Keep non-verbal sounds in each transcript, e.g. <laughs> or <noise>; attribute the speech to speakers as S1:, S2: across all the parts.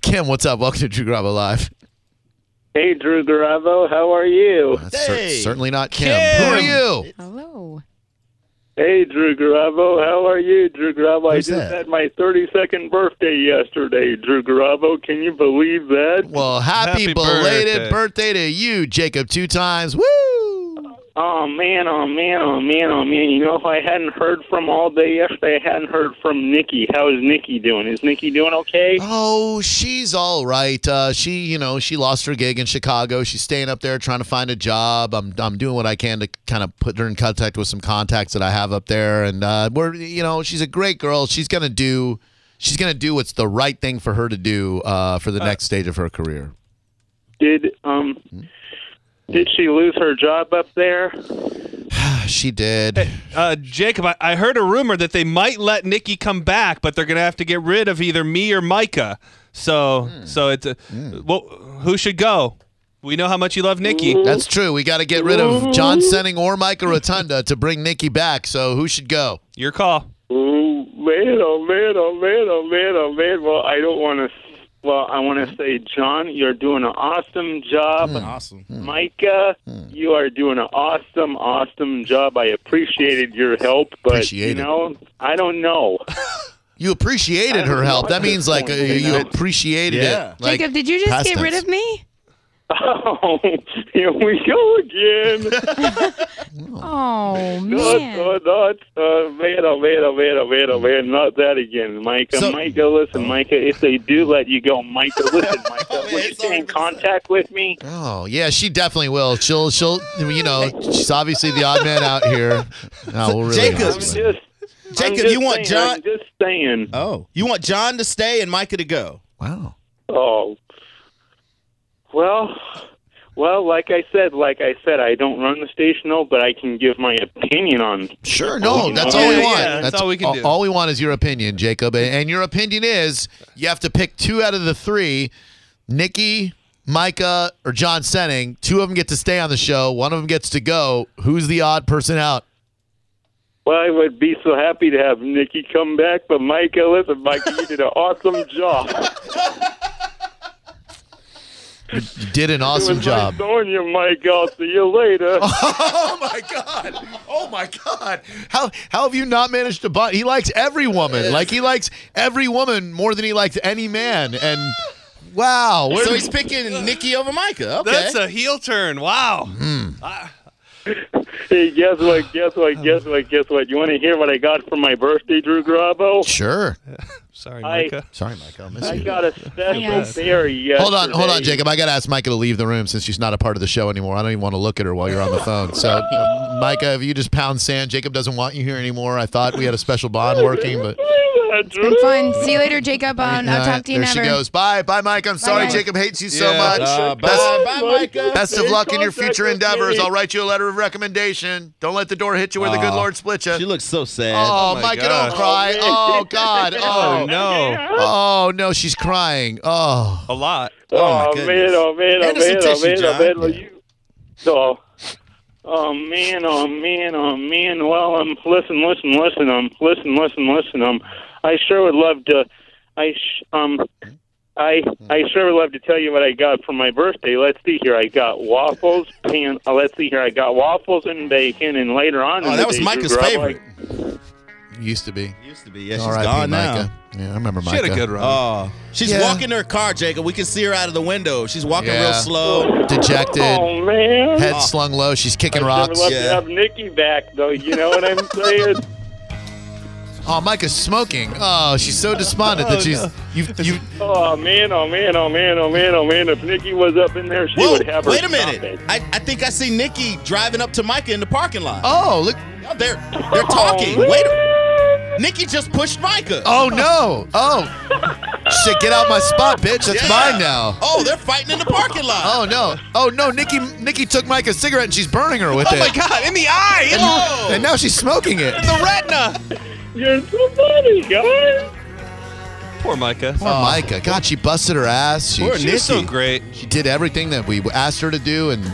S1: Tim, what's up? Welcome to Drew Garabo Live.
S2: Hey, Drew Garavo, how are you?
S1: That's Uh, cer-
S3: Hey,
S1: certainly not Kim.
S3: Kim.
S1: Who are you?
S4: Hello.
S2: Hey, Drew Garavo, how are you, Drew Garavo?
S3: Who's
S2: I just
S3: that?
S2: had my 32nd birthday yesterday, Drew Garavo. Can you believe that?
S1: Well, happy,
S3: Happy
S1: belated birthday.
S3: birthday.
S1: to you, Jacob, two times. Woo!
S2: Oh man, oh man, oh man, oh man. You know who I hadn't heard from all day yesterday? I hadn't heard from Nikki. How is Nikki doing? Is Nikki doing okay?
S3: Uh,
S1: Oh, she's all right. Uh, she, you know, she lost her gig in Chicago. She's staying up there trying to find a job. I'm, I'm doing what I can to kind of put her in contact with some contacts that I have up there. And uh, we're, you know, she's a great girl. She's gonna do, she's gonna do what's the right thing for her to do uh, for the next stage of her career.
S2: Did um
S3: Hmm?
S2: did she lose her job up there?
S1: She did.
S3: Uh, Jacob, I, I heard a rumor that they might let Nikki come back, but they're going to have to get rid of either me or Micah. So, so it's a, well, who should go? We know how much you love Nikki.
S1: That's true. We got to get rid of John Senning or Micah Rotunda to bring Nikki back. So who should go?
S3: Your call.
S2: Oh man, oh man, oh man, oh man, oh man. Well, I don't want to. Well, I want to say, John, you're doing an awesome job.
S5: Awesome.
S2: Micah, you are doing an awesome, awesome job. I appreciated your help, but
S1: Appreciate it.
S2: you know, I don't know. <laughs>
S1: You appreciated her
S2: don't
S1: help.
S2: know
S1: That
S2: at this
S1: means like
S2: point,
S1: uh,
S2: you
S1: you
S2: know?
S1: appreciated
S5: Yeah.
S1: it. Like,
S4: Jacob, did you just
S1: past
S4: get rid
S1: tense.
S4: of me?
S2: Oh, here we go again.
S6: <laughs>
S4: Oh,
S2: Not,
S4: man.
S2: not, not, uh, man, oh, man, oh, man, oh, man, oh, man, not that again, Micah.
S1: So-
S2: Micah, listen, Micah, if they do let you go, Micah, listen, Micah, will you
S5: it's
S2: stay in
S5: over.
S2: contact with me?
S1: Oh yeah, she definitely will. She'll she'll you know she's obviously the odd man out
S5: <laughs>
S1: here. No, we'll really
S2: I'm
S5: Jacob.
S1: not.
S2: just, I'm
S5: Jacob,
S2: just
S5: you
S2: saying,
S5: want John?
S2: I'm just saying.
S5: Oh, you want John to stay and Micah to go?
S1: Wow.
S2: Oh, well, well, like I said, like I said, I don't run the station, though, but I can give my opinion on.
S1: Sure. No,
S2: yeah.
S1: that's all we
S2: Yeah,
S1: want.
S3: yeah, that's all we can do.
S1: All we want is your opinion, Jacob. And- And your opinion is you have to pick two out of the three: Nikki, Micah, or John Senning. Two of them get to stay on the show. One of them gets to go. Who's the odd person out?
S2: Well, I would be so happy to have Nikki come back, but Micah, listen, Micah, you did an awesome
S1: <laughs>
S2: job.
S1: You did an
S2: It was
S1: awesome
S2: nice
S1: job.
S2: knowing you, Micah. I'll see you
S1: <laughs>
S2: later.
S1: Oh my god! Oh my god! How how have you not managed to bond? He likes every woman. Like he likes every woman more than he likes any man. And wow, where
S5: So he's picking Nikki over Micah. Okay.
S3: That's a heel turn. Wow.
S2: Hey, guess what? Guess what? Guess what? Guess what? You want to hear what I got for my birthday, Drew Garabo?
S1: sure.
S3: Sorry,
S2: I-
S3: Micah.
S1: Sorry, Mike. I'll miss
S2: I
S1: you.
S2: got a special
S4: Yes.
S2: berry yesterday.
S1: Hold on, hold on, Jacob. I got to ask Micah to leave the room since she's not a part of the show anymore. I don't even want to look at her while you're on the phone. So, uh, Micah, if you just pound sand, Jacob doesn't want you here anymore. I thought we had a special bond working, but
S2: It's
S4: Been fun. See you later, Jacob. On I'll
S1: All right,
S4: talk to you
S1: there
S4: never.
S1: she goes. Bye, bye, Mike. I'm sorry,
S4: Mike.
S1: Jacob hates you so
S3: Yeah.
S1: much.
S5: Uh, bye,
S1: Best-
S5: bye, Micah.
S1: Best of
S2: Stay
S1: luck in your
S2: contact
S1: future
S2: with
S1: endeavors.
S2: me.
S1: I'll write you a letter of recommendation. Don't let the door hit you where the good
S3: Aw.
S1: Lord split
S5: She
S1: you.
S5: looks so sad.
S1: Oh,
S3: my
S1: Micah,
S3: gosh.
S1: don't cry. Oh,
S2: <laughs>
S1: God.
S3: Oh,
S1: Oh,
S3: no.
S1: Oh, no, she's crying. Oh.
S3: A lot.
S5: Oh,
S2: Oh,
S5: my
S2: man,
S5: goodness.
S2: oh man, oh
S5: Hand us some
S2: man, oh
S5: tissue,
S2: man, oh
S5: John.
S2: man, well, you. So, oh man, oh man, oh man. Well, um, listen, listen, listen, um, listen, listen, listen, um. I sure would love to. I sh- um. I I sure would love to tell you what I got for my birthday. Let's see here. I got waffles, pan. Uh, let's see here. I got waffles and bacon, and later on. in
S5: Oh,
S2: the
S5: that was
S2: day,
S5: Micah's
S2: Drew Garabo,
S5: favorite.
S1: Used to be.
S5: Used to be. Yeah, she's
S1: R.I.P.
S5: gone
S1: Micah.
S5: now.
S1: Yeah, I remember
S3: She
S1: Micah.
S3: had a good run.
S5: Oh, she's
S1: Yeah.
S5: walking to her car, Jacob. We can see her out of the window. She's walking
S1: Yeah.
S5: real slow.
S1: Dejected,
S2: Oh man.
S1: head slung low. She's kicking
S2: I'd sure
S1: rocks.
S2: love to
S5: Yeah.
S2: have Nikki back, though. You know what I'm
S1: <laughs>
S2: saying?
S1: Oh, Micah's smoking. Oh, she's so despondent that she's. You, you,
S2: Oh man, oh man, oh man, oh man, oh man. If Nikki was up in there, she
S5: Whoa,
S2: would have her.
S5: wait a
S2: stop it.
S5: minute. I, I think I see Nikki driving up to Micah in the parking lot.
S1: oh, look.
S5: Oh, they're they're talking.
S2: man.
S5: Wait. A, Nikki just pushed Micah.
S1: Oh, no. Oh. Shit, get out my spot, bitch. That's
S5: Yeah.
S1: mine now.
S5: Oh, they're fighting in the parking lot.
S1: Oh no! Oh no! Nikki, Nikki took Micah's cigarette and she's burning her with
S3: Oh,
S1: it.
S3: my God. In the eye. In
S5: Oh.
S1: And now she's smoking it.
S3: the retina.
S2: You're so funny, guys.
S3: Poor Micah.
S1: Poor Oh, Micah. God, she busted her ass. She,
S5: Poor
S1: she,
S3: She's so
S5: Nikki.
S3: great.
S1: she did everything that we asked her to do, and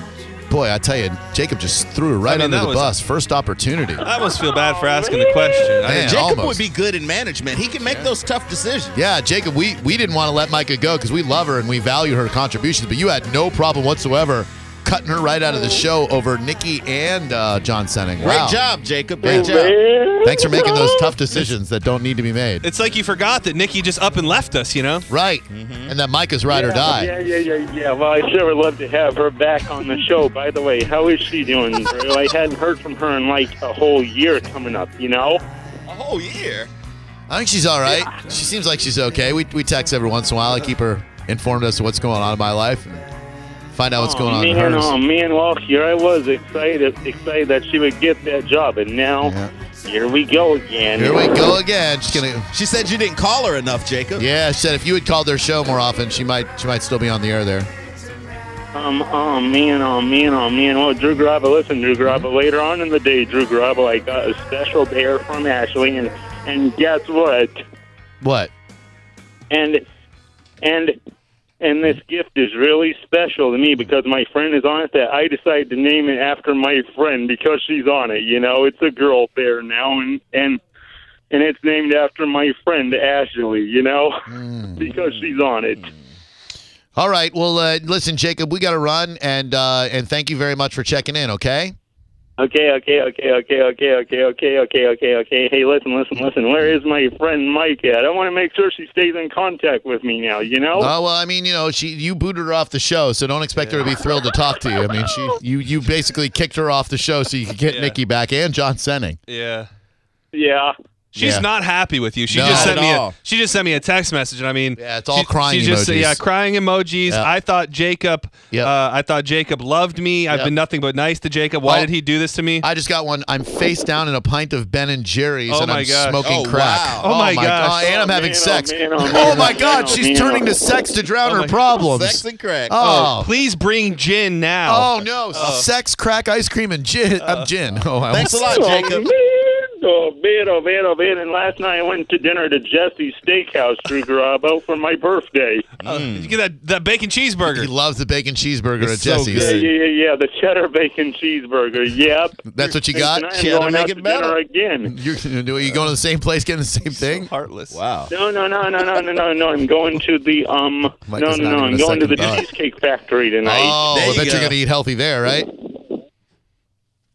S1: boy, I tell you, Jacob just threw her right
S3: I mean,
S1: under
S3: that
S1: the
S3: was-
S1: bus. First opportunity.
S3: I almost feel bad for asking the question. I-
S1: Man.
S5: Jacob
S1: almost.
S5: would be good in management. He can make those tough decisions.
S1: Yeah, Jacob, we, we didn't want to let Micah go because we love her and we value her contributions, but you had no problem whatsoever cutting her right out of the show over Nikki and uh, John Senning.
S5: Great
S1: Wow.
S5: job, Jacob. Great
S1: Yeah.
S5: job.
S1: Thanks for making those tough
S2: <laughs>
S1: decisions that don't need to be made.
S3: it's like you forgot that Nikki just up and left us, you know?
S1: right. And that Micah's ride or die.
S2: Mm-hmm. Yeah, yeah, yeah, yeah. Well, I sure would love to have her back on the show. By the way, how is she doing, Drew? I hadn't heard from her in like a whole year coming up, you know?
S5: A whole year.
S1: I think she's all right. She seems like she's okay. We, we text every once in a while. I keep her informed as to what's going on in my life and find out what's going on in
S2: man,
S1: hers.
S2: Oh, man, well, here I was excited, excited that she would get that job, and now here we go again.
S1: Here we go again. She's gonna.
S5: She said you didn't call her enough, Jacob.
S1: Yeah, she said if you had called their show more often, she might she might still be on the air there.
S2: Um, oh man, oh man, oh man. Oh, Drew Garaba, listen, Drew Garaba. Later on in the day, Drew Garaba, I got a special bear from Ashley, and and guess what?
S1: What?
S2: And and and this gift is really special to me because my friend is on it. That I decided to name it after my friend because she's on it. You know, it's a girl bear now, and and and it's named after my friend Ashley. You know, <laughs> because she's on it.
S1: All right. Well, uh, listen, Jacob, we got to run, and uh, and thank you very much for checking in. Okay.
S2: Okay, okay, okay, okay, okay, okay, okay, okay, okay, okay. Hey, listen, listen, listen. Where is my friend Mike at? I want to make sure she stays in contact with me now, you know?
S1: Oh well, I mean, you know, she you booted her off the show, so don't expect her to be thrilled to talk to you. I mean, she you you basically kicked her off the show so you could get
S3: Yeah.
S1: Nikki back and John Senning.
S3: Yeah.
S2: yeah.
S3: She's
S1: Yeah.
S3: not happy with you. She
S1: No.
S3: just
S1: Not
S3: sent
S5: at
S3: me. A,
S5: all.
S3: she just sent me a text message, and I mean,
S1: Yeah, it's all
S3: she-
S1: crying
S3: She just said,
S1: emojis.
S3: yeah, crying emojis.
S1: Yeah.
S3: I thought Jacob.
S1: Yep.
S3: Uh, I thought Jacob loved me. I've
S1: Yep.
S3: been nothing but nice to Jacob. Why
S1: Oh.
S3: did he do this to me?
S1: I just got one. I'm face down in a pint of Ben and Jerry's,
S3: Oh
S1: and
S3: my
S1: I'm
S3: gosh.
S1: smoking
S5: Oh,
S1: crack.
S5: wow.
S3: Oh my gosh.
S1: God. And I'm
S2: Oh,
S1: having
S2: man, oh,
S1: sex.
S2: man, oh, man,
S1: Oh
S2: oh,
S1: my
S2: man,
S1: God,
S2: oh,
S1: she's
S2: man,
S1: turning
S2: oh.
S1: to sex to drown
S3: Oh
S1: her
S3: my-
S1: problems.
S5: Sex and crack.
S1: Oh.
S3: Please bring gin now.
S1: Oh no! Sex, crack, ice cream, and gin. I'm gin. Oh, I
S5: Thanks a
S1: almost-
S5: lot, Jacob.
S2: Oh, man, oh, man, oh, man. And last night I went to dinner to Jesse's Steakhouse, Drew Garabo, for my birthday.
S3: Uh, you get that, that bacon
S1: He
S3: cheeseburger.
S1: loves the bacon cheeseburger
S5: It's
S1: at
S5: so
S1: Jesse's.
S2: Yeah,
S5: good.
S2: yeah, yeah, yeah. The cheddar bacon cheeseburger. Yep.
S1: That's what you
S2: And
S1: got.
S2: tonight
S5: Cheddar
S2: I'm going
S5: make
S2: out
S5: it
S2: to dinner
S5: better.
S2: again.
S1: You're, are you going to the same place getting the same thing?
S3: Heartless.
S5: Wow.
S2: No, no, no, no, no, no, no, no. I'm going to the um.
S1: Mike
S2: no,
S1: is
S2: no,
S1: not
S2: no.
S1: even
S2: I'm
S1: a
S2: going to the
S1: second thought.
S2: Cheesecake Factory tonight.
S1: Oh,
S5: There
S1: I
S5: you
S1: bet you're
S5: go.
S1: going to eat healthy there, right?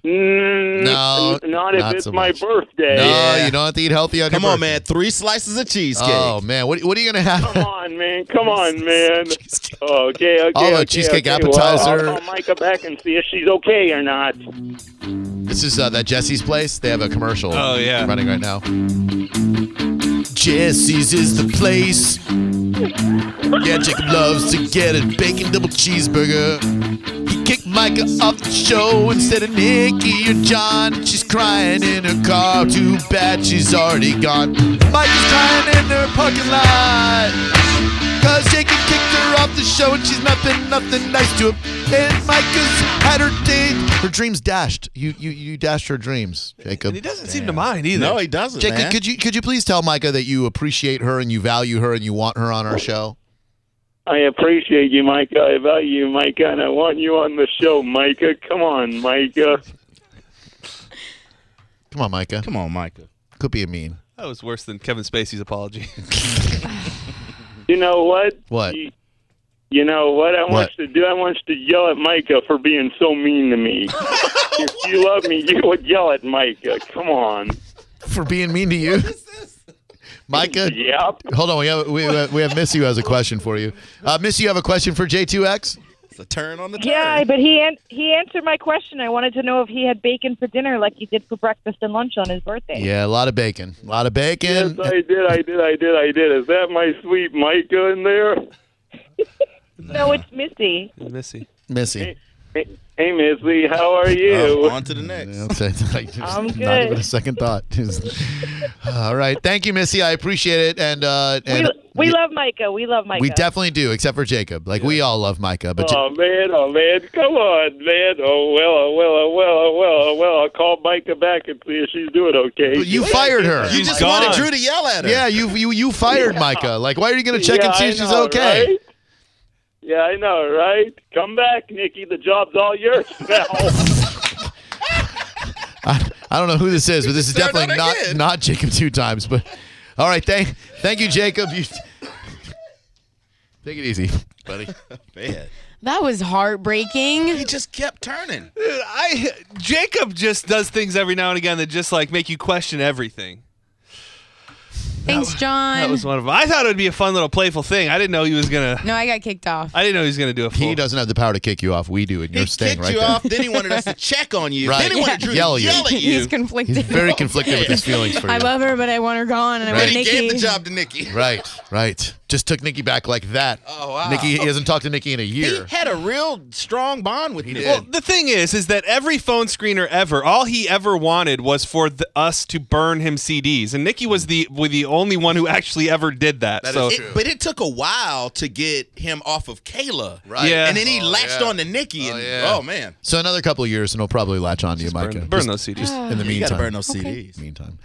S2: Mm,
S1: No,
S2: n- not if
S1: not
S2: it's
S1: so
S2: my
S1: much.
S2: birthday.
S1: No,
S5: Yeah.
S1: you don't have to eat healthy on
S5: Come
S1: your
S5: on,
S1: birthday.
S5: man. Three slices of cheesecake.
S1: Oh man, what, what are you going to
S2: Come
S1: have?
S2: on, man. Come
S1: <laughs>
S2: on, man. Okay, okay.
S1: I'll have a
S2: okay,
S1: cheesecake
S2: okay.
S1: appetizer.
S2: Well, I'll call Micah back and see if she's okay or not.
S1: this is uh, that Jesse's place. They have a commercial.
S3: Oh, yeah.
S1: running right now. Jesse's is the place. Yeah, Jacob loves to get a bacon double cheeseburger. He kicked Micah off the show instead of Nikki or John. She's crying in her car. Too bad she's already gone. Micah's crying in her parking lot. Cause Jacob kicked her off the show and she's nothing, nothing nice to him. And Micah's had her day. Her dreams dashed. You you you dashed her dreams, Jacob.
S3: And he doesn't seem to mind either.
S5: No, he doesn't,
S1: Jacob,
S5: man.
S1: could you could you please tell Micah that you appreciate her and you value her and you want her on our show?
S2: I appreciate you, Micah. I value you, Micah, and I want you on the show, Micah. Come on, Micah.
S1: Come on, Micah.
S5: Come on, Micah.
S1: Could be a mean.
S3: that was worse than Kevin Spacey's apology. <laughs>
S2: You know what?
S1: What?
S2: You, you know what I want
S1: What?
S2: you to do? I want you to yell at Micah for being so mean
S1: <laughs>
S2: to me. if you love me, you would yell at Micah.
S1: <laughs>
S2: Come on.
S1: For being mean to you? Micah,
S2: Yep.
S1: hold on. We have we, have- we have Missy who has a question for you. Uh, Missy, you have a question for J2X?
S5: It's a turn on the turn.
S6: Yeah, but he an- he answered my question. I wanted to know if he had bacon for dinner, like he did for breakfast and lunch on his birthday.
S1: Yeah, a lot of bacon. A lot of bacon.
S2: Yes, I did. I did. I did. I did. Is that my sweet Micah in there?
S6: No, it's Missy.
S3: Missy.
S1: Missy.
S2: Hey, hey Missy, how are
S5: Oh,
S2: you?
S1: Uh,
S5: on to the next.
S1: Okay, <laughs> like, just
S6: I'm
S1: Not even
S6: good.
S1: a second thought. <laughs> Just- All right. Thank you, Missy. I appreciate it. And uh, and
S6: We, we love Micah. We love Micah.
S1: we definitely do, except for Jacob. Like we all love Micah, but Ja-
S2: Oh man, oh man, come on, man. Oh well, oh well, oh well, oh well, oh well. I'll call Micah back and see if she's doing
S6: Oh,
S2: okay.
S1: but you fired her.
S5: You just
S3: Gone.
S5: wanted Drew to <laughs> yell at her.
S1: Yeah, you you you fired Micah. Like, why are you gonna check
S2: Yeah,
S1: and see
S2: I
S1: if she's
S2: know,
S1: okay?
S2: right? Yeah, I know, right? Come back, Nikki. The job's all yours now.
S1: <laughs> I don't know who this is, but this is
S5: They're
S1: definitely
S5: not
S1: not
S5: again.
S1: not Jacob two times. But all right, thank thank you, Jacob. You take it easy, buddy.
S5: Man,
S4: That was heartbreaking.
S5: he just kept turning.
S3: Dude, I Jacob just does things every now and again that just like make you question everything.
S4: Thanks, John.
S3: That was one of them. I thought it would be a fun little playful thing. I didn't know he was gonna.
S4: no, I got kicked off. <laughs>
S3: I didn't know he was gonna do a full.
S1: He doesn't have the power to kick you off. We do, and you're
S5: He
S1: staying
S5: kicked
S1: right
S5: you
S1: there.
S5: off. Then he wanted
S1: <laughs>
S5: us to check on you.
S1: Right.
S5: Then he wanted
S1: Yeah.
S5: Drew
S1: Yell
S5: to
S1: you.
S5: yell at you.
S4: He's conflicted.
S1: He's very conflicted
S5: <laughs>
S1: with his feelings for you.
S4: <laughs> I love her, but I want her gone, and I
S1: Right.
S4: want
S5: Then he
S4: Nikki.
S5: gave the job to Nikki.
S1: Right, right. Just took Nikki back like that.
S5: Oh, wow.
S1: Nikki, he hasn't talked to Nikki in a
S5: He
S1: year.
S5: had a real strong bond with he Nikki.
S1: did.
S3: Well, the thing is, is that every phone screener ever, all he ever wanted was for th- us to burn him CDs, and Nikki was the was the only one who actually ever did that.
S1: That is
S3: so
S5: It- but it took a while to get him off of Kayla.
S1: Right.
S3: Yeah.
S5: And then he
S1: Oh,
S5: latched
S1: yeah.
S5: on to Nikki. And,
S1: Oh,
S5: oh,
S1: yeah.
S5: man.
S1: So another couple of years, and he'll probably latch on to you, Micah. Ah.
S3: burn, burn those CDs.
S1: Just in the
S5: You got to
S1: meantime.
S5: burn those CDs.
S1: Meantime.